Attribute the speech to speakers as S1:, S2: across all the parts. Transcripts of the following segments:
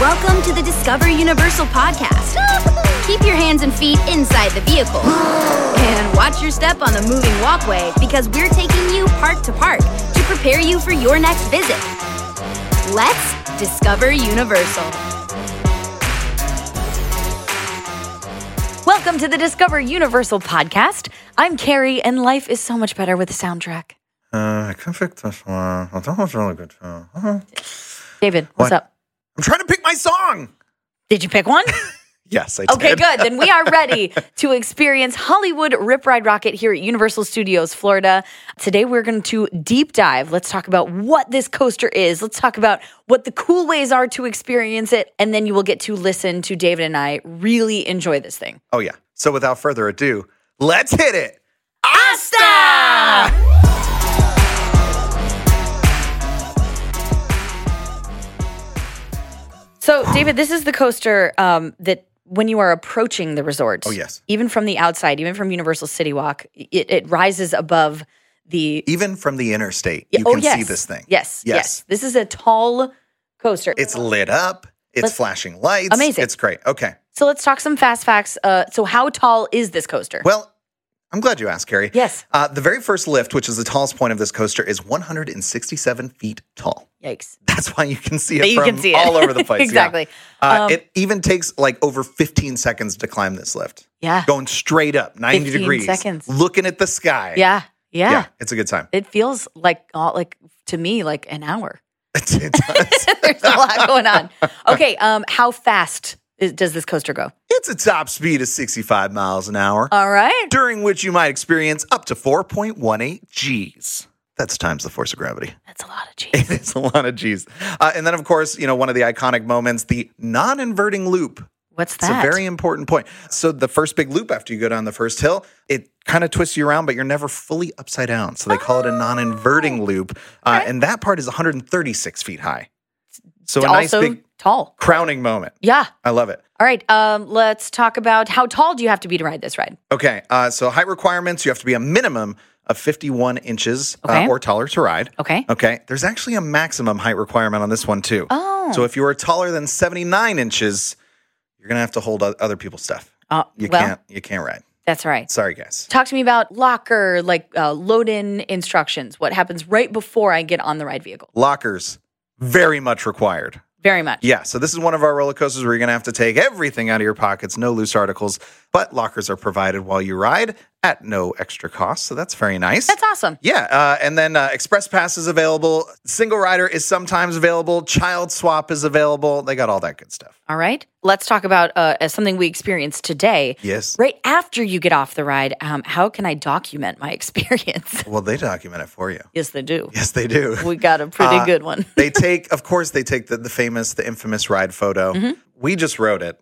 S1: Welcome to the Discover Universal podcast. Keep your hands and feet inside the vehicle. And watch your step on the moving walkway because we're taking you park to park to prepare you for your next visit. Let's discover Universal.
S2: Welcome to the Discover Universal podcast. I'm Carrie, and life is so much better with a soundtrack.
S3: Uh, I couldn't pick this one. Oh, that was really good. Too. Huh.
S2: David, what's
S3: What?
S2: up?
S3: I'm trying to pick my song.
S2: Did you pick one?
S3: Yes, I
S2: Okay,
S3: did.
S2: good. Then we are ready to experience Hollywood Rip Ride Rocket here at Universal Studios, Florida. Today we're going to deep dive. Let's talk about what this coaster is. Let's talk about what the cool ways are to experience it. And then you will get to listen to David and I really enjoy this thing.
S3: Oh, yeah. So without further ado, let's hit it.
S2: Asta! So, David, this is the coaster um, that when you are approaching the resort,
S3: Oh, yes.
S2: even from the outside, even from Universal City Walk, it, it rises above the.
S3: Even from the interstate, you
S2: oh,
S3: can
S2: yes.
S3: see this thing.
S2: Yes, yes,
S3: Yes.
S2: This is a tall coaster.
S3: It's lit up. It's
S2: Let's-
S3: flashing lights.
S2: Amazing.
S3: It's great. Okay.
S2: so let's talk some fast facts. Uh, so, how tall is this coaster?
S3: Well, I'm glad you asked, Carrie.
S2: Yes.
S3: Uh, the very first lift, which is the tallest point of this coaster, is 167 feet tall.
S2: Yikes!
S3: That's why you can see it
S2: You
S3: from
S2: can see it.
S3: all over the place. Yeah.
S2: Exactly.
S3: Uh,
S2: Um,
S3: it even takes like over 15 seconds to climb this lift.
S2: Yeah.
S3: Going straight up, 90
S2: 15
S3: degrees.
S2: seconds.
S3: Looking at the sky.
S2: Yeah, yeah.
S3: Yeah. It's a good time.
S2: It feels like all like to me like an hour.
S3: It's, it does.
S2: There's a lot going on. Okay, um, how fast is, does this coaster go?
S3: it's a top speed of 65 miles an hour,
S2: All right.
S3: during which you might experience up to 4.18 G's. That's times the force of gravity.
S2: That's a lot of cheese.
S3: It is a lot of G's. Uh, and then, of course, you know, one of the iconic moments, the non inverting loop.
S2: What's
S3: It's a
S2: that?
S3: very important point. So, the first big loop after you go down the first hill, it kind of twists you around, but you're never fully upside down. So, they call
S2: Oh,
S3: it a non inverting loop. Uh, And that part is 136 feet high. So, a nice
S2: also
S3: big
S2: tall.
S3: crowning moment.
S2: Yeah.
S3: I love it.
S2: All right. Um, let's talk about how tall do you have to be to ride this ride?
S3: Okay. Uh, so height requirements, you have to be a minimum of 51 inches uh,
S2: Okay. Oh.
S3: or taller to ride.
S2: Okay.
S3: Okay. There's actually a maximum height requirement on this one, too.
S2: Oh.
S3: So if you are taller than 79 inches, you're going to have to hold o- other people's stuff.
S2: Uh,
S3: You
S2: well,
S3: can't you can't ride.
S2: that's all right.
S3: Sorry guys.
S2: Talk to me about locker, like uh, load in instructions. What happens right before I get on the ride vehicle?
S3: Lockers very much required.
S2: Very much.
S3: Yeah, so this is one of our roller coasters where you're going to have to take everything out of your pockets, no loose articles, but lockers are provided while you ride at no extra cost. So that's very nice.
S2: That's awesome.
S3: Yeah, uh, and then uh, express pass is available. Single rider is sometimes available. Child swap is available. They got all that good stuff.
S2: All right. Let's talk about uh, uh, something we experienced today.
S3: Yes.
S2: Right after you get off the ride, um, how can I document my experience?
S3: Well, they document it for you.
S2: yes, they do.
S3: Yes, they do.
S2: We got a pretty
S3: Uh,
S2: good one.
S3: they take, of course, they take the, the famous, the infamous ride photo.
S2: Mm-hmm.
S3: We just rode it,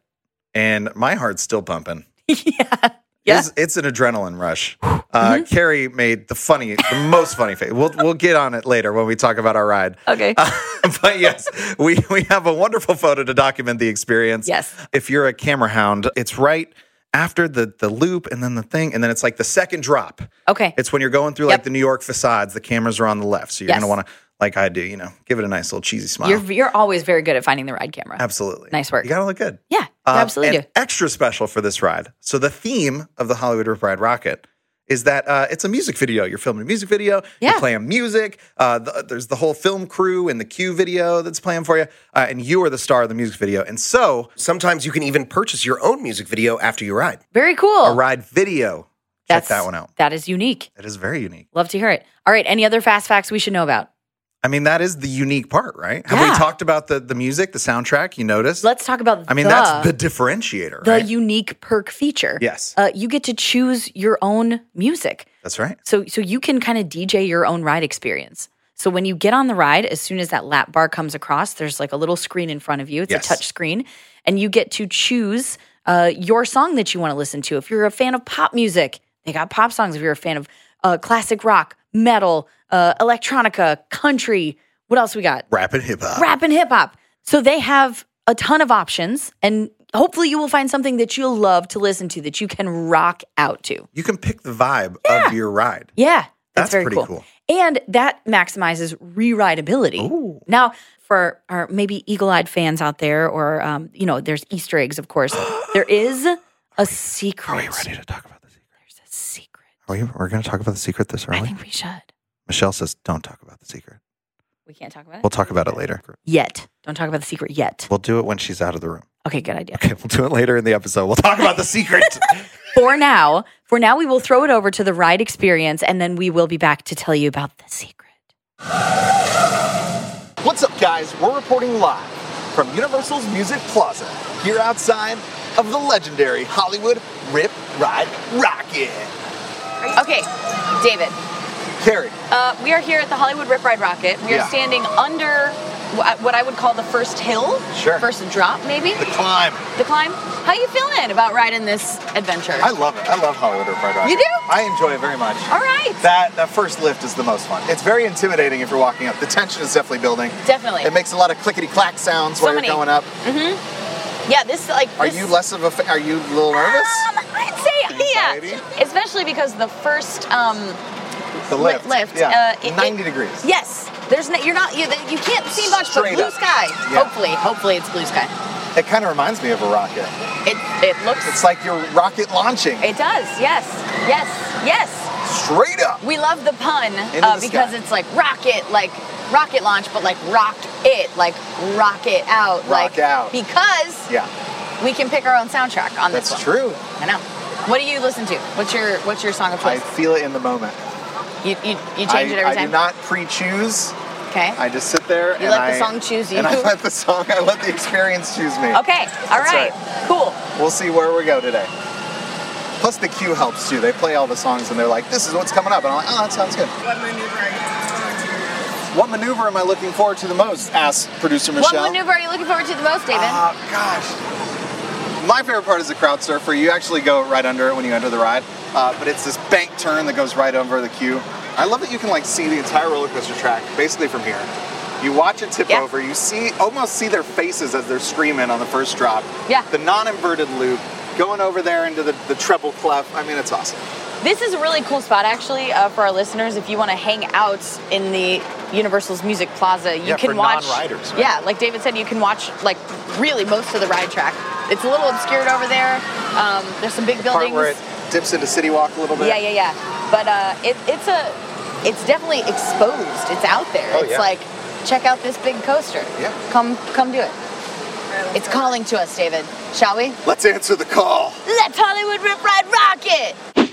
S3: and my heart's still pumping.
S2: yeah. Yeah. Mm-hmm.
S3: It's, it's an adrenaline rush. Uh, Carrie made the funny, the most funny face. We'll we'll get on it later when we talk about our ride.
S2: Okay.
S3: Uh, but yes, we, we have a wonderful photo to document the experience.
S2: Yes.
S3: If you're a camera hound, it's right after the, the loop and then the thing. And then it's like the second drop.
S2: okay.
S3: It's when you're going through
S2: Yep.
S3: like the New York facades, the cameras are on the left. So you're
S2: Yes.
S3: going to want to, like I do, you know, give it a nice little cheesy smile.
S2: You're you're always very good at finding the ride camera.
S3: Absolutely.
S2: Nice work.
S3: You got to look good.
S2: Yeah. You
S3: Um,
S2: absolutely
S3: and
S2: do.
S3: Extra special for this ride. So the theme of the Hollywood Rip Ride Rocket is that uh, it's a music video. You're filming a music video.
S2: Yeah.
S3: You're playing music. Uh, the, there's the whole film crew and the cue video that's playing for you, uh, and you are the star of the music video. And so
S4: Sometimes you can even purchase your own music video after you ride.
S2: Very cool.
S3: a ride
S2: Oh.
S3: video.
S2: That's
S3: Check that one out.
S2: That is unique.
S3: That is very unique.
S2: Love to hear it. All right. Any other fast facts we should know about?
S3: I mean, that is the unique part, right? Have
S2: Yeah.
S3: we talked about the the music, the soundtrack? You noticed?
S2: Let's talk about.
S3: I mean,
S2: the,
S3: that's the differentiator,
S2: the
S3: right?
S2: unique perk feature.
S3: Yes.
S2: Uh, you get to choose your own music.
S3: that's right.
S2: So so you can kind of DJ your own ride experience. So when you get on the ride, as soon as that lap bar comes across, there's like a little screen in front of you. It's
S3: Yes.
S2: a touch screen, and you get to choose uh, your song that you want to listen to. If you're a fan of pop music, they got pop songs. If you're a fan of uh, classic rock, metal, uh, electronica, country, what else we got?
S3: Rap and hip hop.
S2: Rap and hip hop. So they have a ton of options, and hopefully you will find something that you'll love to listen to that you can rock out to.
S3: You can pick the vibe of your ride.
S2: Yeah, that's,
S3: That's
S2: very
S3: pretty
S2: cool.
S3: cool.
S5: And that maximizes re-rideability. Now, for our maybe eagle-eyed fans out there, or um, you know, there's Easter eggs, of course. there is a secret.
S3: Are we ready to talk about the secret?
S5: There's a secret.
S3: Are we, we're going to talk about the secret this
S5: I
S3: early?
S5: think we should.
S3: Michelle says, don't talk about the secret.
S5: We can't talk about it
S3: We'll talk about it later.
S5: yet. Don't talk about the secret yet.
S3: We'll do it when she's out of the room.
S5: Okay, good idea.
S3: Okay, we'll do it later in the episode. We'll talk about the secret.
S5: For now, for now, we will throw it over to the ride experience, and then we will be back to tell you about the secret.
S3: What's up, guys? We're reporting live from Universal's Music Plaza, here outside of the legendary Hollywood Rip Ride Rocket.
S5: Okay, David,
S3: Carrie,
S5: uh, we are here at the Hollywood Rip Ride Rocket. We are
S3: Yeah.
S5: standing under wh- what I would call the first hill,
S3: Sure.
S5: first drop, maybe
S3: the climb.
S5: the climb. How you feeling about riding this adventure?
S3: I love it. I love Hollywood Rip Ride Rocket.
S5: You do?
S3: I enjoy it very much.
S5: All right,
S3: That that first lift is the most fun. It's very intimidating if you're walking up. The tension is definitely building.
S5: definitely.
S3: It makes a lot of clickety clack sounds
S5: So
S3: while
S5: many.
S3: you're going up.
S5: yeah, this like
S3: Are
S5: this-
S3: you less of a? fa- Are you a little nervous?
S5: Um, I'd say yeah,
S3: Anxiety?
S5: especially because the first um,
S3: The
S5: Li-
S3: lift.
S5: lift,
S3: Yeah.
S5: uh, it-
S3: 90
S5: it-
S3: degrees.
S5: Yes, there's no, you're not you, you can't see much
S3: Straight
S5: but blue
S3: up.
S5: sky.
S3: Yeah.
S5: Hopefully, hopefully it's blue sky.
S3: It kind of reminds me of a rocket.
S5: It it looks
S3: It's like you're rocket launching
S5: it does. Yes, yes, yes.
S3: straight up.
S5: We love the pun
S3: Into
S5: uh,
S3: the
S5: because
S3: sky.
S5: it's like rocket, like rocket launch, but like rock it, like rock it out,
S3: Rock
S5: like
S3: out.
S5: because
S3: Yeah,
S5: we can pick our own soundtrack on
S3: that's
S5: this one.
S3: true.
S5: I know. What do you listen to? What's your what's your song of
S3: I
S5: choice?
S3: feel it in the moment.
S5: you, you you change
S3: I,
S5: it every
S3: I
S5: time.
S3: do not pre-choose.
S5: okay.
S3: I just sit there and
S5: let
S3: I,
S5: the song choose you.
S3: And I let the song, I let the experience choose me.
S5: okay. All
S3: That's
S5: right. Cool.
S3: We'll see where we go today. Plus the cue helps too. They play all the songs and they're like, this is what's coming up. And I'm like, oh, that sounds good. What maneuver am I looking forward to the most? Asked producer Michelle.
S5: What maneuver are you looking forward to the most, David?
S3: Oh gosh. My favorite part is the crowd surfer. You actually go right under it when you enter the ride, uh, but it's this bank turn that goes right over the queue. I love that you can like see the entire roller coaster track basically from here. You watch it tip
S5: Yeah.
S3: over. You see almost see their faces as they're screaming on the first drop.
S5: Yeah.
S3: The non-inverted loop going over there into the, the treble clef. I mean, it's awesome.
S5: This is a really cool spot, actually, uh, for our listeners. If you want to hang out in the Universal's Music Plaza, you
S3: Yeah,
S5: can
S3: for
S5: watch.
S3: non-riders, right?
S5: Yeah, like David said, you can watch like really most of the ride track. It's a little obscured over there. Um, there's some big buildings.
S3: Part where it dips into City Walk a little bit.
S5: yeah, yeah, yeah. But uh, it, it's a, it's definitely exposed. It's out there.
S3: Oh,
S5: it's
S3: yeah.
S5: like, check out this big coaster.
S3: Yeah.
S5: Come, come do it. It's calling to us, David. Shall we?
S3: Let's answer the call.
S5: Let's Hollywood Rip Ride Rocket!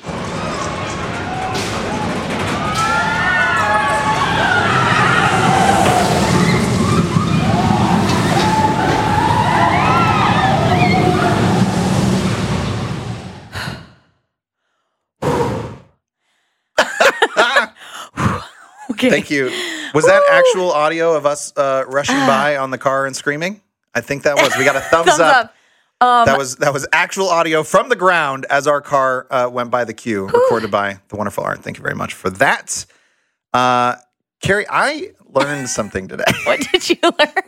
S5: Okay.
S3: Thank you. Was that actual audio of us uh, rushing by on the car and screaming? I think that was. We got a thumbs,
S5: Thumbs
S3: up.
S5: up. Um,
S3: that was that was actual audio from the ground as our car uh, went by the queue, recorded by the wonderful Art. Thank you very much for that. Uh, Carrie, I learned something today.
S5: What did you learn?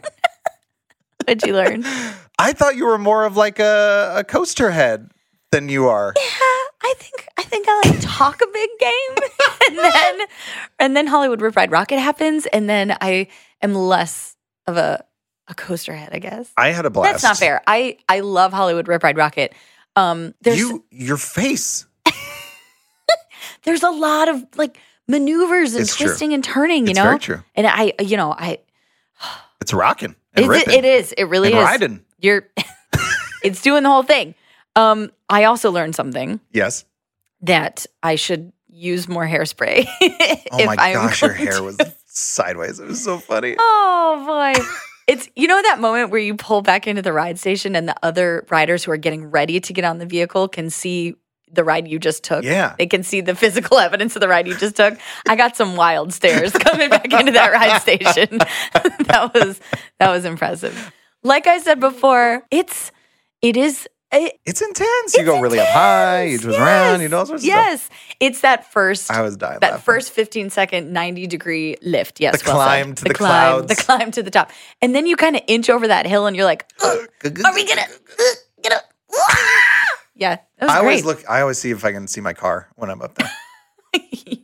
S5: What'd you learn? Uh,
S3: I thought you were more of like a, a coaster head than you are.
S5: I think I think I like talk a big game, and then and then Hollywood Rip Ride Rocket happens, and then I am less of a a coaster head, I guess.
S3: I had a blast.
S5: That's not fair. I I love Hollywood Rip Ride Rocket. Um, there's
S3: You your face.
S5: there's a lot of like maneuvers and
S3: It's true.
S5: twisting and turning, you
S3: It's
S5: know.
S3: very true.
S5: And I, you know, I
S3: It's rocking and
S5: it's,
S3: ripping.
S5: it is it really
S3: and
S5: is
S3: riding.
S5: You're it's doing the whole thing. Um, I also learned something.
S3: Yes.
S5: that I should use more hairspray.
S3: Oh my gosh, your
S5: going
S3: hair
S5: to-
S3: was sideways. It was so funny.
S5: Oh boy. It's you know that moment where you pull back into the ride station and the other riders who are getting ready to get on the vehicle can see the ride you just took.
S3: Yeah.
S5: They can see the physical evidence of the ride you just took. I got some wild stares coming back into that ride station. that was that was impressive. Like I said before, it's it is it,
S3: It's intense. You
S5: It's
S3: go really up high, you
S5: intense,
S3: twist around, you
S5: yes,
S3: do all sorts of
S5: Yes. It's that first
S3: stuff. I was dying.
S5: that
S3: laughing.
S5: first 15 second 90 degree lift yes
S3: The
S5: well said.
S3: climb to the
S5: climb the
S3: clouds.
S5: climb to the top and then you kind of inch over that hill and you're like "Oh, "Ugh, are we gonna ugh, get up yeah that was
S3: I always
S5: great.
S3: look I always see if I can see my car when I'm up there.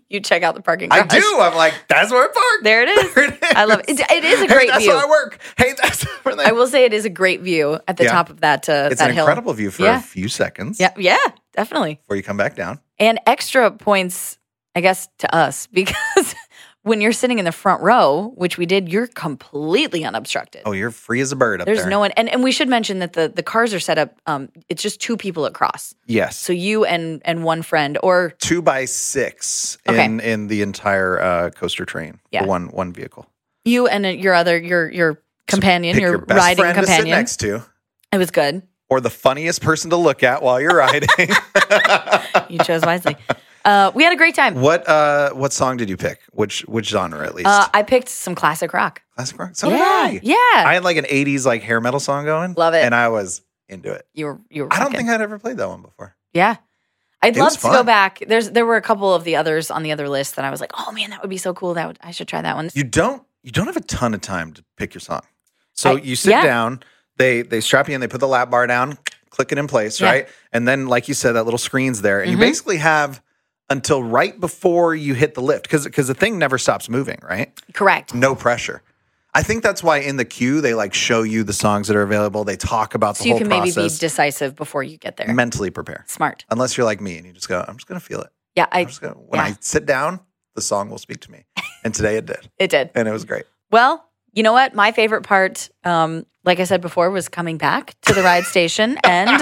S5: you check out the parking
S3: I
S5: garage.
S3: do. I'm like, that's where I park.
S5: There it is.
S3: There it is.
S5: I love it. It- it is
S3: Hey,
S5: a great
S3: that's
S5: view.
S3: where I work. Hey, that's where they.
S5: I will say it is a great view at the
S3: Yeah.
S5: top of that uh,
S3: it's
S5: that
S3: an
S5: hill.
S3: incredible view for
S5: Yeah.
S3: a few seconds
S5: Yeah, yeah, definitely.
S3: before you come back down.
S5: And extra points, I guess, to us because when you're sitting in the front row, which we did, you're completely unobstructed.
S3: Oh, you're free as a bird up
S5: There's
S3: there.
S5: no one, and, and we should mention that the the cars are set up. Um, it's just two people across,
S3: Yes.
S5: so you and and one friend, or
S3: two by six
S5: Okay.
S3: in in the entire uh, coaster train.
S5: Yeah.
S3: The one one vehicle.
S5: you and uh, your other your your companion,
S3: Pick
S5: your,
S3: your best
S5: riding
S3: friend to sit
S5: companion.
S3: next to,
S5: It was good.
S3: or the funniest person to look at while you're riding.
S5: You chose wisely. uh, we had a great time.
S3: what uh what song did you pick? Which which genre at least?
S5: Uh, I picked some classic rock.
S3: Classic rock. So
S5: yeah,
S3: Oh, did I.
S5: yeah.
S3: I had like an '80s like hair metal song going.
S5: Love it.
S3: and I was into it.
S5: you were you were.
S3: I don't
S5: rocking.
S3: think I'd ever played that one before.
S5: Yeah. I'd
S3: It
S5: love
S3: was
S5: to go
S3: fun.
S5: back. There's there were a couple of the others on the other list that I was like, oh man, that would be so cool. That would, I should try that one.
S3: You don't you don't have a ton of time to pick your song. So
S5: I-
S3: you sit
S5: yeah.
S3: down, they they strap you in, they put the lap bar down, click it in place,
S5: Yeah.
S3: right? And then like you said that little screen's there and
S5: Mhm.
S3: you basically have until right before you hit the lift cuz cuz the thing never stops moving, right?
S5: Correct.
S3: No pressure. I think that's why in the queue they like show you the songs that are available, they talk about the
S5: So you
S3: whole
S5: can
S3: process.
S5: maybe be decisive before you get there.
S3: mentally prepare.
S5: Smart.
S3: Unless you're like me and you just go, I'm just going to feel it.
S5: Yeah, I
S3: I'm just going to when
S5: yeah.
S3: I sit down, the song will speak to me. And today it did.
S5: it did.
S3: And it was great.
S5: Well, you know what? My favorite part, um, like I said before, was coming back to the ride station and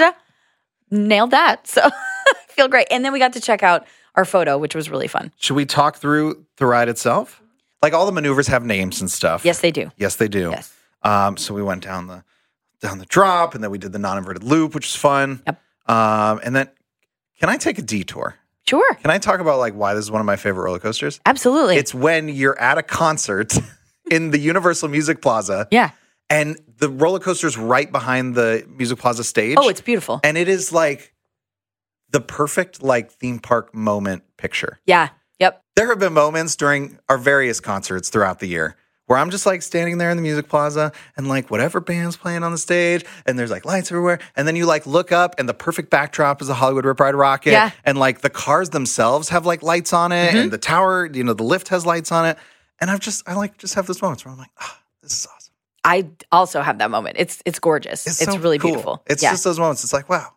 S5: nailed that. So I feel great. And then we got to check out our photo, which was really fun.
S3: Should we talk through the ride itself? Like all the maneuvers have names and stuff.
S5: Yes, they do.
S3: Yes, they do.
S5: Yes.
S3: Um, so we went down the down the drop, and then we did the non-inverted loop, which was fun.
S5: Yep.
S3: Um, and then, can I take a detour?
S5: Sure.
S3: Can I talk about like why this is one of my favorite roller coasters?
S5: Absolutely.
S3: It's when you're at a concert in the Universal Music Plaza,
S5: yeah.
S3: and the roller coaster's right behind the Music Plaza stage.
S5: Oh, it's beautiful.
S3: and it is like the perfect like theme park moment picture.
S5: Yeah. Yep.
S3: There have been moments during our various concerts throughout the year where I'm just like standing there in the music plaza and like whatever band's playing on the stage and there's like lights everywhere. And then you like look up and the perfect backdrop is a Hollywood Rip Ride Rocket.
S5: Yeah.
S3: And like the cars themselves have like lights on it and the tower, you know, the lift has lights on it. And I've just, I like just have those moments where I'm like, ah, this is awesome.
S5: I also have that moment. It's it's gorgeous. It's,
S3: so
S5: really
S3: cool.
S5: beautiful.
S3: It's
S5: yeah.
S3: just those moments. It's like, wow,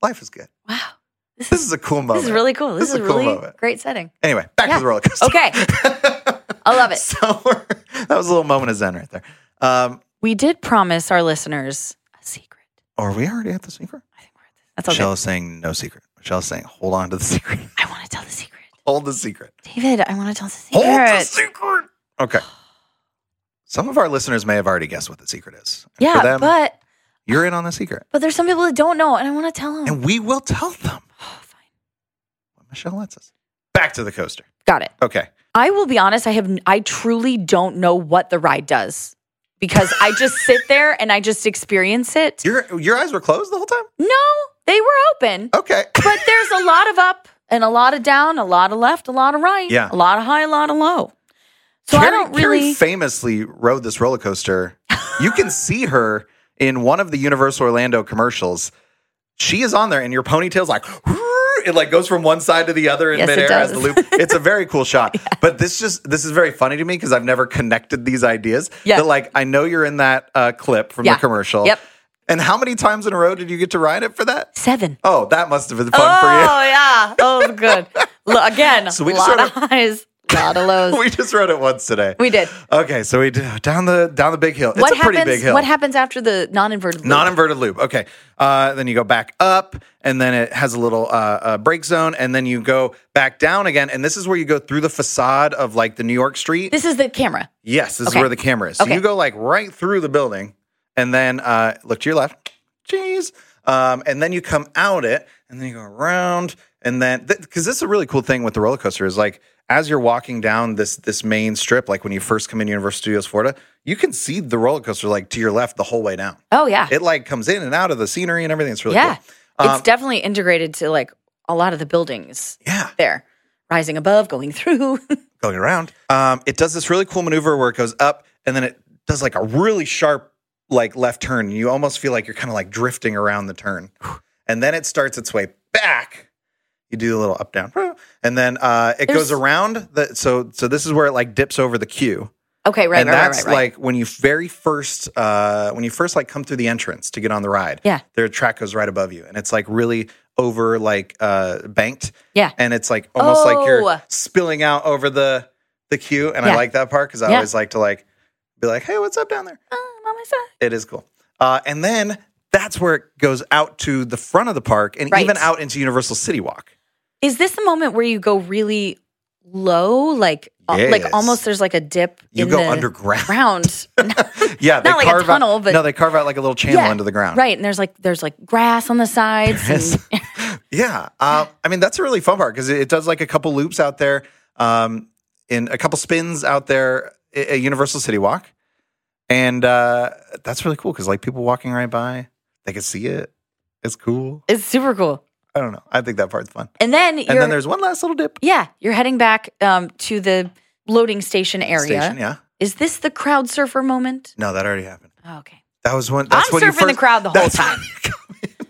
S3: life is good.
S5: wow.
S3: This is a cool moment.
S5: This is really cool. This,
S3: This
S5: is
S3: is
S5: a
S3: a cool
S5: really
S3: moment.
S5: great setting.
S3: Anyway, back
S5: Yeah.
S3: to the roller coaster.
S5: Okay. I love it.
S3: So we're- that was a little moment of zen right there. Um,
S5: We did promise our listeners a secret.
S3: are we already at the secret?
S5: I think we're at this. That's okay.
S3: Michelle is saying no secret. Michelle is saying hold on to the secret.
S5: I want to tell the secret.
S3: hold the secret.
S5: David, I want to tell the
S3: Hold
S5: secret.
S3: the secret. Okay. Some of our listeners may have already guessed what the secret is. And
S5: yeah,
S3: For them,
S5: but
S3: you're in on the secret.
S5: but there's some people that don't know, and I want to tell them.
S3: And we will tell them
S5: oh, fine.
S3: when Michelle lets us. Back to the coaster.
S5: Got it.
S3: Okay.
S5: I will be honest. I have. I truly don't know what the ride does because I just sit there and I just experience it.
S3: Your your eyes were closed the whole time?
S5: no, they were open.
S3: Okay.
S5: but there's a lot of up and a lot of down, a lot of left, a lot of right,
S3: Yeah.
S5: a lot of high, a lot of low. So I
S3: Carrie-
S5: don't
S3: Carrie
S5: really.
S3: famously rode this roller coaster. you can see her in one of the Universal Orlando commercials. She is on there, and your ponytail's like it like goes from one side to the other in
S5: Yes, it
S3: midair as the
S5: does.
S3: loop. It's a very cool shot. But this just this is very funny to me because I've never connected these ideas.
S5: Yeah.
S3: That like I know you're in that uh, clip from
S5: Yeah.
S3: the commercial.
S5: Yep.
S3: And how many times in a row did you get to ride it for that?
S5: Seven.
S3: Oh, that must have been fun
S5: oh
S3: for
S5: yeah, that was good. Lo- again,
S3: So we
S5: a
S3: just
S5: lot of
S3: sort
S5: highs, a lot of lows.
S3: you. we just rode it once today.
S5: we did.
S3: okay, so we d- down the down the big hill. It's
S5: what
S3: a pretty
S5: happens?
S3: big hill.
S5: What happens after the non-inverted? loop?
S3: Non-inverted loop. Okay. Uh, then you go back up, and then it has a little uh, uh, break zone, and then you go back down again. And this is where you go through the facade of like the New York street.
S5: This is the camera.
S3: yes, this
S5: Okay.
S3: is where the camera is. So
S5: Okay.
S3: you go like right through the building, and then uh, look to your left. Jeez. Um, and then you come out it, and then you go around, and then because this is a really cool thing with the roller coaster is like as you're walking down this this main strip, like when you first come in Universal Studios Florida, you can see the roller coaster like to your left the whole way down
S5: Oh yeah,
S3: it like comes in and out of the scenery and everything. It's really
S5: yeah.
S3: cool. Um,
S5: it's definitely integrated to like a lot of the buildings
S3: yeah,
S5: there, rising above, going through.
S3: going around. Um, it does this really cool maneuver where it goes up and then it does like a really sharp like left turn. You almost feel like you're kind of like drifting around the turn, and then it starts its way back. You do the little up down, and then uh, it
S5: There's-
S3: goes around. The, so so this is where it like dips over the queue,
S5: Okay, right,
S3: and
S5: right,
S3: that's
S5: right, right, right.
S3: like when you very first uh, when you first like come through the entrance to get on the ride.
S5: Yeah.
S3: their track goes right above you, and it's like really over like uh, banked.
S5: Yeah.
S3: and it's like almost like
S5: Oh.
S3: you're spilling out over the the queue, and
S5: Yeah.
S3: I like that part because I
S5: Yeah.
S3: always like to like be like, hey, what's up down there?
S5: Oh, I'm on my side.
S3: It is cool. Uh, and then that's where it goes out to the front of the park and
S5: Right.
S3: even out into Universal City Walk.
S5: Is this the moment where you go really low, like al-
S3: Yes.
S5: like almost there's like a dip?
S3: You
S5: in
S3: go
S5: the
S3: underground.
S5: Ground.
S3: Yeah, they
S5: Not like a
S3: carve
S5: tunnel,
S3: out,
S5: but-
S3: no, they carve out like a little channel into the ground.
S5: Right, and there's like there's like grass on the sides.
S3: Yes.
S5: and-
S3: Yeah. Uh, I mean, that's a really fun part because it, it does like a couple loops out there, um, in a couple spins out there at at Universal City Walk, and uh, that's really cool because like people walking right by, they can see it. It's cool.
S5: it's super cool.
S3: I don't know. I think that part's fun.
S5: And then you're
S3: And then there's one last little dip
S5: yeah, you're heading back um, to the loading station area.
S3: station. Yeah.
S5: Is this the crowd surfer moment?
S3: No, that already happened.
S5: Oh, okay.
S3: That was one. That's
S5: I'm
S3: when you
S5: surfing the
S3: first-
S5: crowd the whole
S3: that's-
S5: time.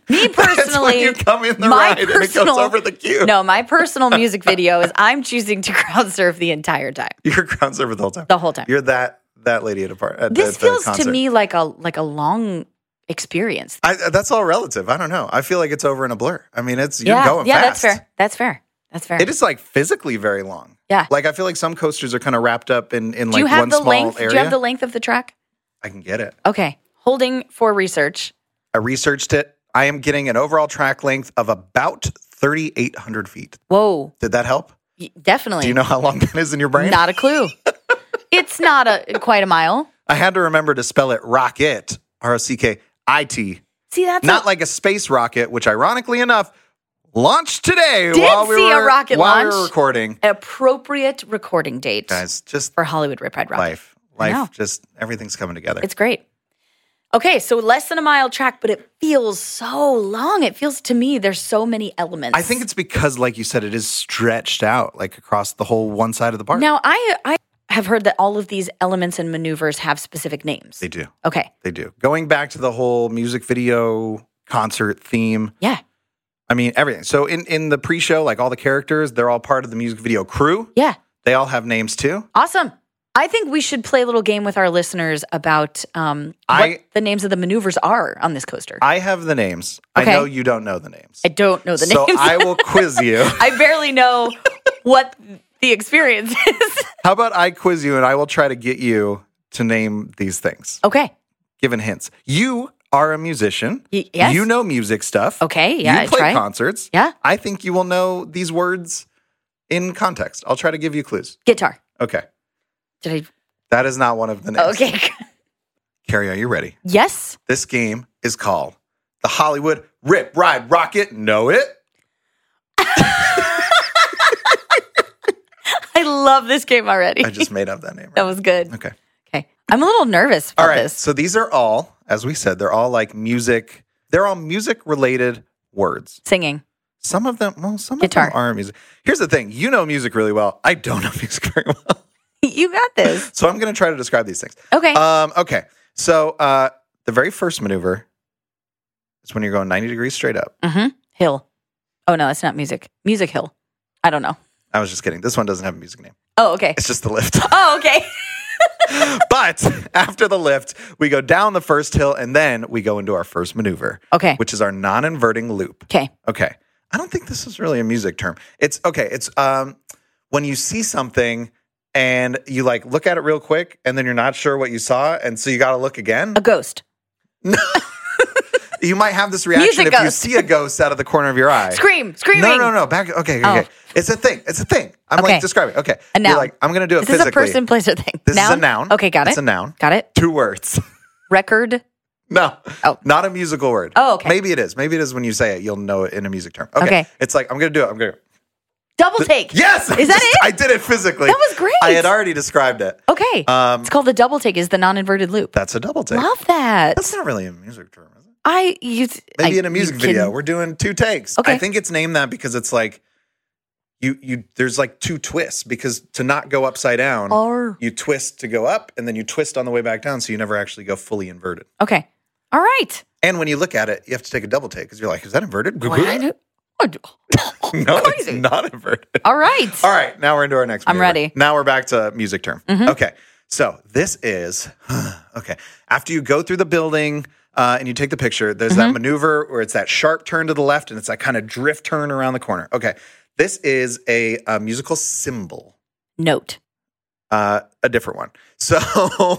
S5: Me
S3: That's when
S5: personally,
S3: you come in the
S5: my
S3: ride and it
S5: personal-
S3: goes over the queue.
S5: no, my personal music video is I'm choosing to crowd surf the entire time,
S3: You're ground server the whole time.
S5: the whole time.
S3: You're that that lady at a part. At
S5: this
S3: the, the
S5: feels to
S3: concert.
S5: me like a like a long experience.
S3: I, that's all relative. I don't know. I feel like it's over in a blur. I mean, it's you're
S5: yeah,
S3: going
S5: yeah,
S3: fast.
S5: that's fair. That's fair. That's fair.
S3: It is like physically very long.
S5: Yeah.
S3: Like I feel like some coasters are kind of wrapped up in in
S5: Do you
S3: like
S5: have
S3: one
S5: the
S3: small
S5: length?
S3: area.
S5: Do you have the length of the track?
S3: I can get it.
S5: Okay, holding for research.
S3: I researched it. I am getting an overall track length of about thirty eight hundred feet.
S5: Whoa,
S3: Did that help?
S5: y- definitely.
S3: Do you know how long that is in your brain?
S5: Not a clue. it's not a quite a mile.
S3: I had to remember to spell it rocket, R O C K I T,
S5: See, that's
S3: not
S5: a-
S3: like a space rocket, which ironically enough launched today
S5: Did
S3: while we
S5: see a
S3: were
S5: rocket
S3: while we were
S5: launch.
S3: recording.
S5: appropriate recording date
S3: Guys, just
S5: for Hollywood Rip Ride Rocket.
S3: life,
S5: I know.
S3: life, just everything's coming together.
S5: It's great. Okay, so less than a mile track, but it feels so long. It feels to me there's so many elements.
S3: I think it's because, like you said, it is stretched out like across the whole one side of the park.
S5: now I I have heard that all of these elements and maneuvers have specific names.
S3: they do,
S5: Okay,
S3: they do. Going back to the whole music video concert theme,
S5: yeah,
S3: I mean everything. So in in the pre-show, like all the characters, they're all part of the music video crew.
S5: yeah,
S3: They all have names too.
S5: awesome. I think we should play a little game with our listeners about um, what
S3: I-
S5: the names of the maneuvers are on this coaster. I,
S3: I have the names.
S5: Okay.
S3: I know you don't know the names.
S5: don't know the
S3: so
S5: names.
S3: I will quiz you.
S5: I barely know what the experience is.
S3: How about I quiz you and I will try to get you to name these things,
S5: Okay.
S3: given hints. You are a musician.
S5: Y- yes.
S3: You know music stuff.
S5: Okay, yeah, I
S3: You play
S5: try.
S3: concerts.
S5: Yeah.
S3: I think you will know these words in context. I'll try to give you clues.
S5: Guitar.
S3: Okay.
S5: Did
S3: That is not one of the
S5: I?
S3: names.
S5: Okay.
S3: Carrie, are you ready?
S5: yes.
S3: This game is called the Hollywood Rip Ride Rocket. Know it?
S5: I love this game already.
S3: I just made up that name.
S5: that was good.
S3: Okay.
S5: Okay. I'm a little nervous about
S3: All right.
S5: Oh, this.
S3: So these are all, as we said, they're all like music. They're all music related words.
S5: Singing.
S3: Some of them, well, some
S5: Guitar.
S3: of them are music. Here's the thing you know music really well. I don't know music very well.
S5: You got this.
S3: So I'm going to try to describe these things.
S5: Okay.
S3: Um, okay. So uh, the very first maneuver is when you're going 90 degrees straight up.
S5: mm-hmm. Hill. Oh no, that's not music. Music hill. I don't know.
S3: I was just kidding. This one doesn't have a music name,
S5: Oh, okay.
S3: it's just the lift.
S5: Oh, okay.
S3: but after the lift, we go down the first hill and then we go into our first maneuver,
S5: Okay.
S3: which is our non inverting loop.
S5: Okay.
S3: Okay. I don't think this is really a music term. It's okay. It's um, when you see something and you like look at it real quick and then you're not sure what you saw. And so you got to look again.
S5: A ghost.
S3: You might have this reaction
S5: Music
S3: if you
S5: ghost.
S3: see a ghost out of the corner of your eye.
S5: Scream. Screaming.
S3: No, no, no. Back. Okay, okay.
S5: Oh.
S3: okay. It's a thing. It's a thing. I'm
S5: Okay.
S3: like describing. Okay.
S5: A noun.
S3: You're like, I'm gonna do it
S5: Is this
S3: physically.
S5: a person, place, or thing?
S3: This
S5: noun?
S3: is a noun.
S5: Okay, got
S3: It's
S5: it.
S3: a noun.
S5: Got it.
S3: Two words.
S5: Record.
S3: no.
S5: Oh.
S3: Not a musical word.
S5: Oh, okay.
S3: Maybe it is. Maybe it is when you say it, you'll know it in a music term. Okay.
S5: Okay.
S3: It's like I'm gonna do it. I'm gonna.
S5: Double take.
S3: Yes.
S5: Is that it?
S3: I did it physically.
S5: That was great.
S3: I had already described it.
S5: Okay.
S3: Um,
S5: it's called the double take. Is the non-inverted loop.
S3: that's a double take.
S5: Love that.
S3: That's not really a music term, is it?
S5: I you
S3: Maybe
S5: I-
S3: in a music
S5: you kidding?
S3: video, we're doing two takes.
S5: Okay.
S3: I think it's named that because it's like you you there's like two twists because to not go upside down,
S5: Or
S3: you twist to go up and then you twist on the way back down, so you never actually go fully inverted.
S5: okay, all right.
S3: And when you look at it, you have to take a double take because you're like, is that inverted?
S5: What?
S3: No,
S5: Crazy.
S3: it's not inverted.
S5: All right.
S3: All right, now we're into our next.
S5: I'm
S3: maneuver.
S5: ready. Mm-hmm.
S3: Now we're back to music term. Okay, so this is okay. After you go through the building uh, and you take the picture, there's
S5: Mm-hmm.
S3: that maneuver where it's that sharp turn to the left and it's that kind of drift turn around the corner. Okay, this is a, a musical symbol.
S5: Note.
S3: Uh, a different one. So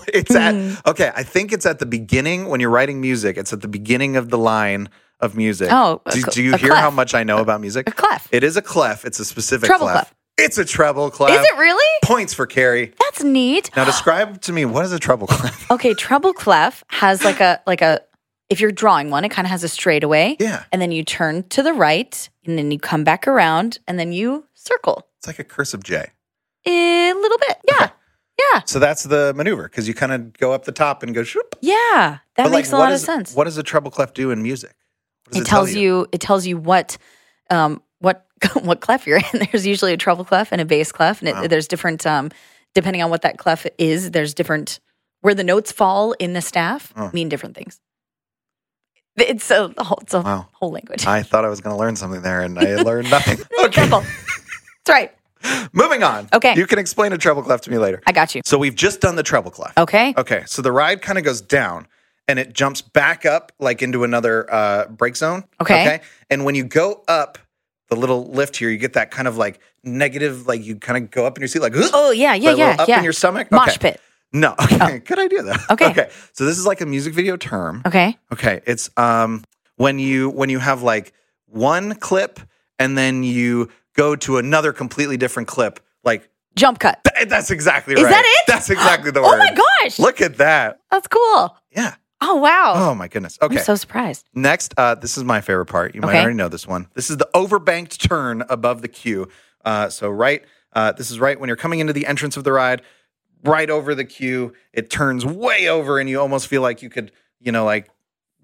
S3: it's
S5: Hmm.
S3: at okay. I think it's at the beginning when you're writing music. It's at the beginning of the line of music.
S5: Oh, a
S3: do,
S5: cl-
S3: do you
S5: a
S3: hear how
S5: clef.
S3: much I know about music?
S5: A clef.
S3: It is a clef. It's a specific
S5: Treble clef.
S3: It's a treble clef.
S5: Is it really?
S3: Points for Carrie.
S5: Uh, That's neat.
S3: Now describe to me what is a treble clef?
S5: Okay, treble clef has like a like a if you're drawing one, it kind of has a straightaway.
S3: Yeah.
S5: And then you turn to the right, and then you come back around, and then you circle
S3: It's like a cursive J.
S5: a little bit. Yeah. Yeah.
S3: So that's the maneuver because you kind of go up the top and go shoop.
S5: Yeah. That
S3: But, like,
S5: makes a
S3: what
S5: lot
S3: is-
S5: of sense.
S3: What does a treble clef do in music? What does
S5: it, tells you? it tells you what um what what clef you're in. There's usually a treble clef and a bass clef, and it, there's different um depending on what that clef is. There's different where the notes fall in the staff mean different things. It's a whole, it's a
S3: Wow.
S5: whole language.
S3: I thought I was going to learn something there and I learned nothing. Okay,
S5: Treble. That's right.
S3: moving on.
S5: Okay.
S3: You can explain a treble clef to me later.
S5: I got you.
S3: So we've just done the treble clef.
S5: Okay.
S3: Okay, so the ride kind of goes down and it jumps back up like into another uh, break zone.
S5: Okay.
S3: And when you go up the little lift here, you get that kind of like negative, like you kind of go up in your seat, like,
S5: Oh yeah, yeah,
S3: Like a
S5: yeah,
S3: little up
S5: yeah.
S3: in your stomach?
S5: Mosh
S3: Okay.
S5: pit. Oh.
S3: no. Okay, good idea though.
S5: Okay. Oh.
S3: Okay, so this is like a music video term.
S5: Okay.
S3: Okay, it's um when you when you have like one clip and then you go to another completely different clip, like
S5: Jump cut.
S3: th- that's exactly
S5: Is
S3: right.
S5: that it?
S3: That's exactly the
S5: Oh
S3: word.
S5: my gosh.
S3: Look at that.
S5: That's cool.
S3: Yeah.
S5: Oh wow.
S3: Oh my goodness. Okay.
S5: I'm so surprised.
S3: Next, uh, this is my favorite part. You might
S5: Okay.
S3: already know this one. This is the overbanked turn above the queue. Uh, so right, uh, this is right when you're coming into the entrance of the ride, right over the queue. It turns way over, and you almost feel like you could, you know, like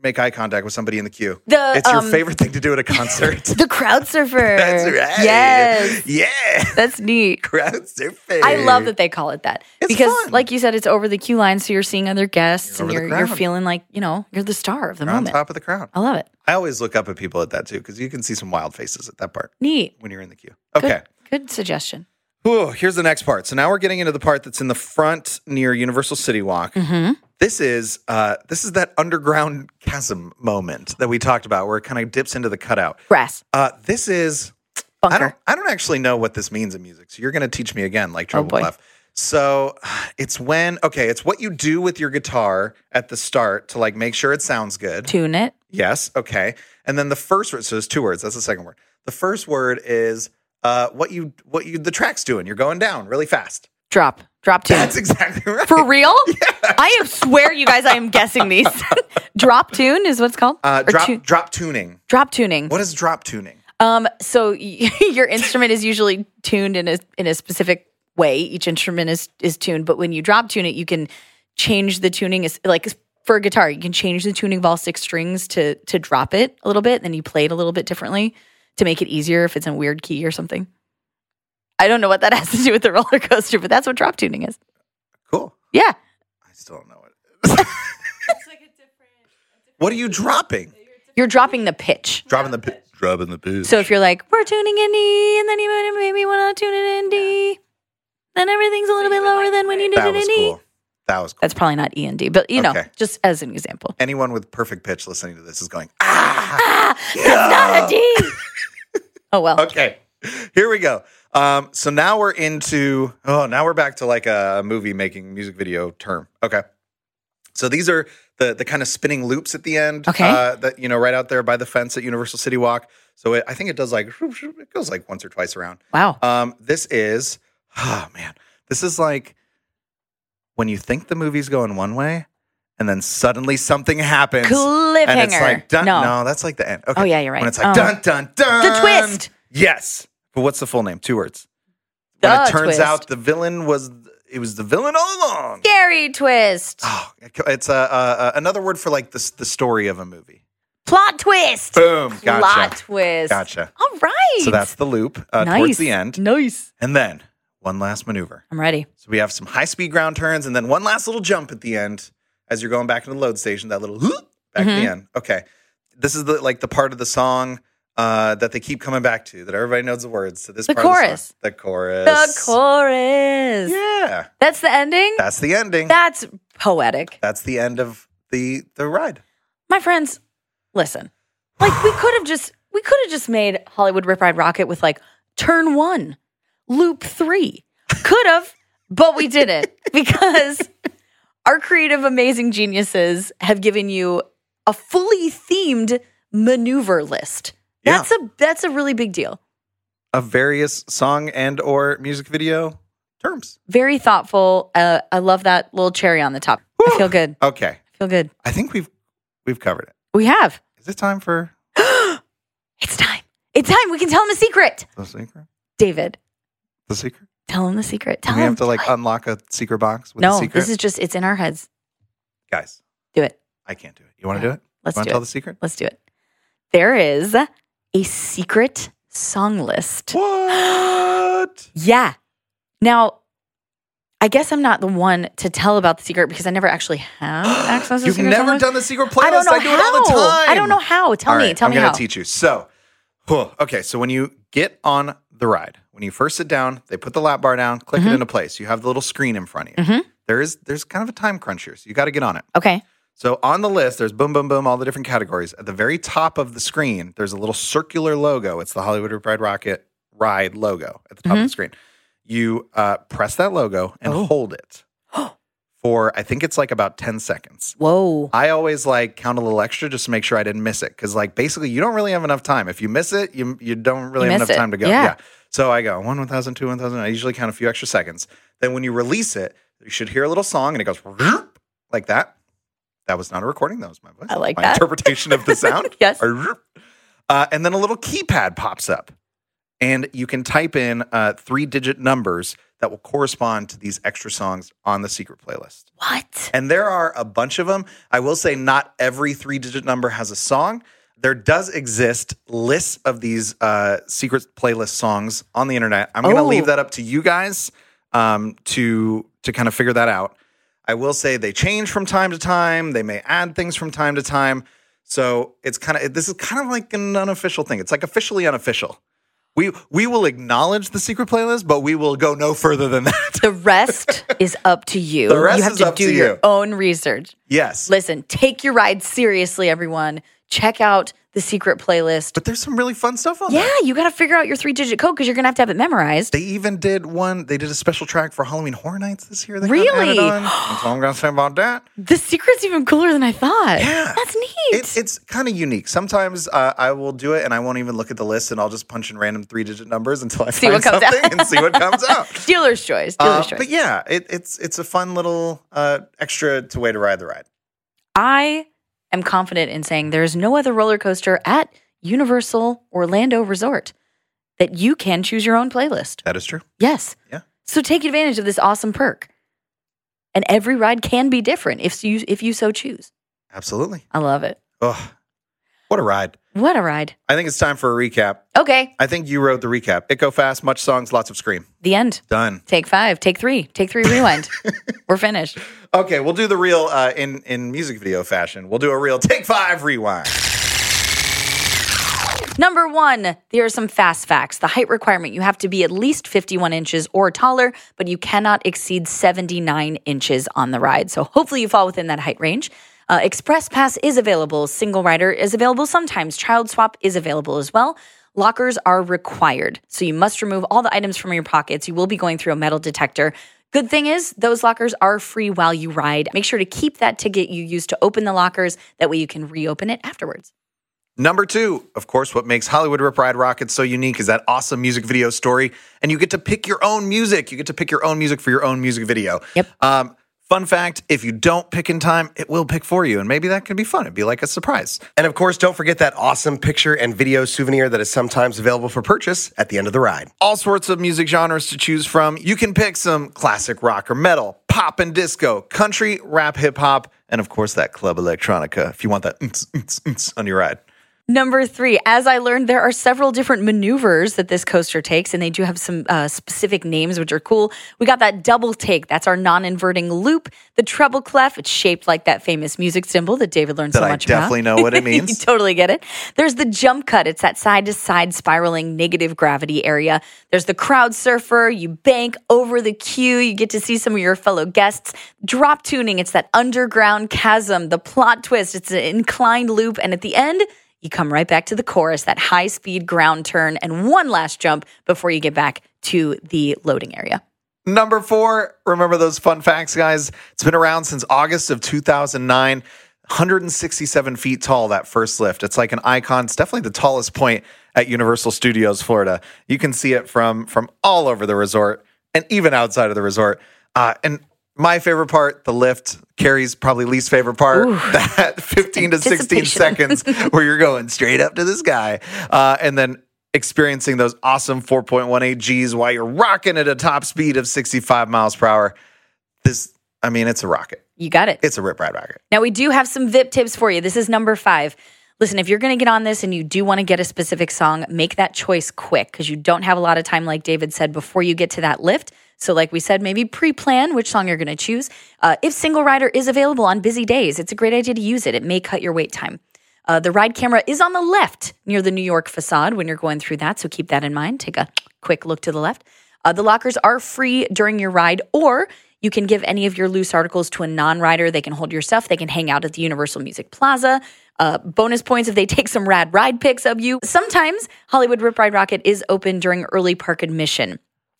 S3: make eye contact with somebody in the queue.
S5: The,
S3: it's
S5: um,
S3: your favorite thing to do at a concert.
S5: The crowd surfer.
S3: That's right.
S5: Yes.
S3: Yeah.
S5: That's neat.
S3: Crowd surfing.
S5: I love that they call it that
S3: It's
S5: because,
S3: fun.
S5: like you said, it's over the queue line, so you're seeing other guests
S3: You're
S5: and
S3: over the
S5: you're you're
S3: crowd.
S5: feeling like you know you're the star of the
S3: You're on
S5: moment. Oh.
S3: top of the crowd.
S5: I love it.
S3: I always look up at people at that too because you can see some wild faces at that part
S5: Neat.
S3: when you're in the queue.
S5: Good,
S3: Okay.
S5: Good suggestion.
S3: Ooh, here's the next part. So now we're getting into the part that's in the front near Universal City Walk.
S5: Mm-hmm.
S3: This is uh, this is that underground chasm moment that we talked about, where it kind of dips into the cutout.
S5: Grass
S3: Uh, this is I don't
S5: bunker.
S3: I don't actually know what this means in music, so you're going to teach me again, like treble
S5: Oh, boy.
S3: clef. So it's when okay, it's what you do with your guitar at the start to like make sure it sounds good.
S5: Tune it.
S3: Yes. Okay. And then the first word. So there's two words. That's the second word. The first word is uh, what you what you the track's doing. You're going down really fast.
S5: Drop. Drop tune.
S3: That's exactly right. Uh,
S5: For real? I am swear you guys I am guessing these. drop tune is what it's called.
S3: uh,
S5: Or
S3: drop
S5: tu-
S3: drop tuning.
S5: drop tuning.
S3: What is drop tuning?
S5: Um, so y- your instrument is usually tuned in a in a specific way. Each instrument is is tuned, but when you drop tune it, you can change the tuning. Is like for a guitar, you can change the tuning of all six strings to to drop it a little bit, then you play it a little bit differently to make it easier if it's in a weird key or something. I don't know what that has to do with the roller coaster, but that's what drop tuning is.
S3: Cool.
S5: Yeah,
S3: I still don't know what. It is. what are you dropping?
S5: you're dropping the pitch.
S3: Dropping the pitch. Dropping the pitch.
S5: So if you're like, we're tuning in E, and then you made me want to tune it in D, then everything's a little bit lower than when you did
S3: that
S5: it in
S3: was
S5: E.
S3: cool. That was cool.
S5: That's probably not E and D, but you know,
S3: Okay.
S5: just as an example.
S3: Anyone with perfect pitch listening to this is going. Ah.
S5: Not a D. oh well.
S3: Okay. Here we go. Um, so now we're into oh now we're back to like a movie making music video term. Okay. So these are the the kind of spinning loops at the end.
S5: Okay.
S3: Uh, that you know right out there by the fence at Universal City Walk. So it, I think it does like it goes like once or twice around.
S5: Wow.
S3: Um, this is oh man, this is like when you think the movie's going one way, and then suddenly something happens. And it's
S5: Cliffhanger.
S3: like dun,
S5: No.
S3: no. that's like the end. Okay.
S5: Oh, yeah, you're right.
S3: When it's like
S5: Um,
S3: dun dun dun.
S5: The twist.
S3: Yes. But what's the full name? Two words. When
S5: The
S3: it turns
S5: twist.
S3: out the villain was it was the villain all along.
S5: Scary twist.
S3: Oh, it's a, uh, another word for like the the story of a movie.
S5: Plot twist.
S3: Boom. Gotcha.
S5: Plot twist.
S3: Gotcha.
S5: All right.
S3: So that's the loop uh,
S5: nice.
S3: towards the end,
S5: Nice.
S3: and then one last maneuver.
S5: I'm ready.
S3: So we have some high speed ground turns and then one last little jump at the end as you're going
S5: Mm-hmm.
S3: back into the load station, that little whoop back at the end. Okay. This is the like the part of the song uh, that they keep coming back to that everybody knows the words to this
S5: The
S3: part of song.
S5: chorus.
S3: the chorus.
S5: The chorus.
S3: Yeah.
S5: That's the ending?
S3: That's the ending.
S5: That's poetic.
S3: That's the end of the the ride.
S5: My friends, listen. Like we could have just we could have just made Hollywood Rip Ride Rocket with like turn 1, loop 3. Could have, but we didn't because our creative amazing geniuses have given you a fully themed maneuver list.
S3: Yeah.
S5: That's a that's a really big deal.
S3: Of various song and or music video terms.
S5: Very thoughtful. Uh, I love that little cherry on the top. I feel good.
S3: Okay.
S5: I feel good.
S3: I think we've we've covered it.
S5: We have.
S3: Is it time for
S5: It's time. It's time. We can tell him a secret.
S3: the secret?
S5: David,
S3: The secret?
S5: tell him the secret.
S3: Do
S5: Tell
S3: we
S5: him.
S3: have to like
S5: do it.
S3: unlock a secret box with a
S5: no,
S3: secret?
S5: this is just, it's in our heads.
S3: Guys,
S5: Do it.
S3: I can't do it. You want to
S5: Yeah.
S3: do it?
S5: Let's
S3: you
S5: do
S3: want to tell
S5: it.
S3: the secret?
S5: Let's do it. There is a secret song list.
S3: What?
S5: Yeah. Now, I guess I'm not the one to tell about the secret because I never actually have access to
S3: You've
S5: secret
S3: never
S5: song list.
S3: done the secret playlist.
S5: I don't know
S3: do it all the
S5: how.
S3: time.
S5: I don't know how. Tell
S3: All
S5: me.
S3: right,
S5: tell
S3: I'm
S5: me
S3: gonna
S5: how.
S3: teach you. So, whew, okay, so when you get on the ride, when you first sit down, they put the lap bar down, click
S5: Mm-hmm.
S3: it into place. You have the little screen in front of you. There is there's kind of a time crunch here, so you got to get on it.
S5: Okay.
S3: So on the list, there's boom, boom, boom, all the different categories. At the very top of the screen, there's a little circular logo. It's the Hollywood Rip Ride Rocket ride logo at the top of the screen. You uh, press that logo and hold it for I think it's like about 10 seconds.
S5: Whoa.
S3: I always like count a little extra just to make sure I didn't miss it because like basically you don't really have enough time. If you miss it, you you don't really
S5: You
S3: have
S5: miss
S3: enough
S5: it.
S3: time to go.
S5: Yeah.
S3: So I go one, one thousand, two, one thousand. I usually count a few extra seconds. Then when you release it, you should hear a little song and it goes "Roop," like that. That was not a recording. That was my voice.
S5: I like
S3: my
S5: that.
S3: interpretation of the sound.
S5: Yes.
S3: "Roop." Uh, and then a little keypad pops up, and you can type in uh, three-digit numbers that will correspond to these extra songs on the secret playlist.
S5: What?
S3: And there are a bunch of them. I will say not every three digit number has a song. There does exist lists of these uh, secret playlist songs on the internet. I'm going to
S5: Oh.
S3: leave that up to you guys um, to to kind of figure that out. I will say they change from time to time. They may add things from time to time. So it's kind of this is kind of like an unofficial thing. It's like officially unofficial. We we will acknowledge the secret playlist, but we will go no further than that.
S5: The rest is up to you.
S3: The rest
S5: you have
S3: is
S5: to
S3: up
S5: do
S3: to
S5: your
S3: you.
S5: own research.
S3: yes.
S5: Listen, take your ride seriously, everyone. Check out the secret playlist.
S3: But there's some really fun stuff on there.
S5: Yeah, you got to figure out your three digit code because you're going to have to have it memorized.
S3: They even did one. They did a special track for Halloween Horror Nights this year. They got added
S5: Really?
S3: on. That's all I'm gonna say about that.
S5: The secret's even cooler than I thought.
S3: Yeah.
S5: That's neat.
S3: It, it's kind of unique. Sometimes uh, I will do it and I won't even look at the list, and I'll just punch in random three-digit numbers until I
S5: See
S3: find
S5: what comes out.
S3: something and see what comes out.
S5: Dealer's choice.
S3: Uh,
S5: Dealer's choice.
S3: but yeah, it, it's it's a fun little uh, extra to way to ride the ride.
S5: I am confident in saying there is no other roller coaster at Universal Orlando Resort that you can choose your own playlist.
S3: That is true.
S5: Yes.
S3: Yeah.
S5: So take advantage of this awesome perk. And every ride can be different if you if you so choose.
S3: Absolutely.
S5: I love it.
S3: Oh, what a ride!
S5: What a ride.
S3: I think it's time for a recap.
S5: Okay.
S3: I think you wrote the recap. It go fast, much songs, lots of scream.
S5: The end.
S3: Done.
S5: Take five. Take three. Take three. Rewind. We're finished.
S3: Okay, we'll do the real uh, in in music video fashion. We'll do a real take five rewind.
S5: Number one, there are some fast facts. The height requirement you have to be at least 51 inches or taller, but you cannot exceed 79 inches on the ride. So hopefully you fall within that height range. Uh, Express Pass is available. Single rider is available sometimes. Child swap is available as well. Lockers are required. So you must remove all the items from your pockets. You will be going through a metal detector. Good thing is, those lockers are free while you ride. Make sure to keep that ticket you used to open the lockers. That way you can reopen it afterwards.
S3: Number two, of course, what makes Hollywood Rip Ride Rocket so unique is that awesome music video story, and you get to pick your own music. You get to pick your own music for your own music video.
S5: Yep.
S3: Um, fun fact: if you don't pick in time, it will pick for you, and maybe that could be fun. It'd be like a surprise.
S4: And of course, don't forget that awesome picture and video souvenir that is sometimes available for purchase at the end of the ride.
S3: all sorts of music genres to choose from. You can pick some classic rock or metal, pop and disco, country, rap, hip hop, and of course that club electronica if you want that unts, unts, unts on your ride.
S5: Number three, as I learned, there are several different maneuvers that this coaster takes, and they do have some uh, specific names, which are cool. We got that double take. That's our non inverting loop. The treble clef, it's shaped like that famous music symbol that David learned
S3: That
S5: so
S3: I
S5: much about.
S3: definitely know what it
S5: you
S3: means.
S5: totally get it. There's the jump cut. It's that side to side spiraling negative gravity area. There's the crowd surfer. You bank over the queue. You get to see some of your fellow guests. Drop tuning. It's that underground chasm. The plot twist. It's an inclined loop. And at the end, you come right back to the chorus, that high speed ground turn, and one last jump before you get back to the loading area.
S3: Number four, remember those fun facts, guys? It's been around since August of 2009. 167 feet tall, that first lift. It's like an icon. It's definitely the tallest point at Universal Studios, Florida. You can see it from, from all over the resort and even outside of the resort. Uh, and my favorite part, the lift, Carrie's probably least favorite part, that 15 to 16
S5: Anticipation.
S3: seconds where you're going straight up to the sky. Uh, and then experiencing those awesome 4.18 Gs while you're rocking at a top speed of 65 miles per hour. This, I mean, it's a rocket.
S5: You got it.
S3: It's a rip ride rocket.
S5: Now, we do have some VIP tips for you. This is number five. Listen, if you're going to get on this and you do want to get a specific song, make that choice quick because you don't have a lot of time, like David said, before you get to that lift. So, like we said, maybe pre plan which song you're going to choose. Uh, if Single Rider is available on busy days, it's a great idea to use it. It may cut your wait time. Uh, the ride camera is on the left near the New York facade when you're going through that, so keep that in mind. Take a quick look to the left. Uh, the lockers are free during your ride, or you can give any of your loose articles to a non rider. They can hold your stuff, they can hang out at the Universal Music Plaza. Uh, bonus points if they take some rad ride pics of you. Sometimes Hollywood Rip Ride Rocket is open during early park admission.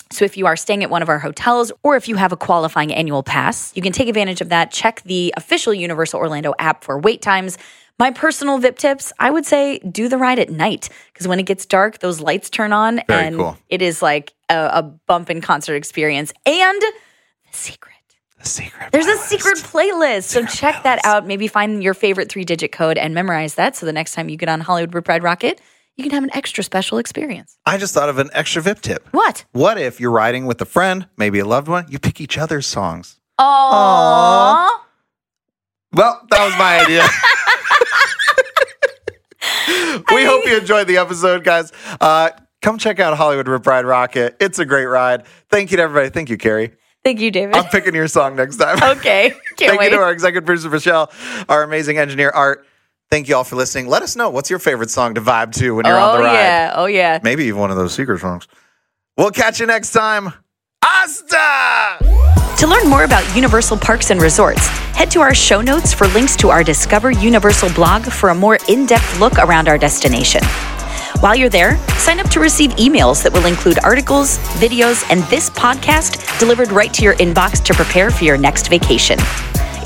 S5: So if you are staying at one of our hotels or if you have a qualifying annual pass, you can take advantage of that. Check the official Universal Orlando app for wait times. My personal VIP tips, I would say do the ride at night because when it gets dark, those lights turn on
S3: Very
S5: and
S3: cool.
S5: it is like a, a bump in concert experience. And the secret.
S3: The secret.
S5: There's a secret playlist. So check that out. Maybe find your favorite three digit code and memorize that. So the next time you get on Hollywood Rip Ride Rocket, you can have an extra special experience.
S3: I just thought of an extra VIP tip.
S5: What?
S3: What if you're riding with a friend, maybe a loved one? You pick each other's songs.
S5: Aww.
S3: Well, that was my idea. we hope you enjoyed the episode, guys. Uh, come check out Hollywood Rip Ride Rocket. It's a great ride. Thank you to everybody. Thank you, Carrie.
S5: Thank you, David.
S3: I'm picking your song next time.
S5: okay. Can't
S3: Thank
S5: wait.
S3: you to our executive producer, Michelle, our amazing engineer, Art. Thank you all for listening. Let us know what's your favorite song to vibe to when you're
S5: oh,
S3: on the ride.
S5: yeah. Oh, yeah.
S3: Maybe even one of those secret songs. We'll catch you next time. Asta!
S5: To learn more about Universal Parks and Resorts, head to our show notes for links to our Discover Universal blog for a more in depth look around our destination. While you're there, sign up to receive emails that will include articles, videos, and this podcast delivered right to your inbox to prepare for your next vacation.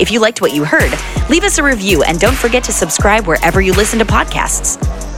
S5: If you liked what you heard, leave us a review and don't forget to subscribe wherever you listen to podcasts.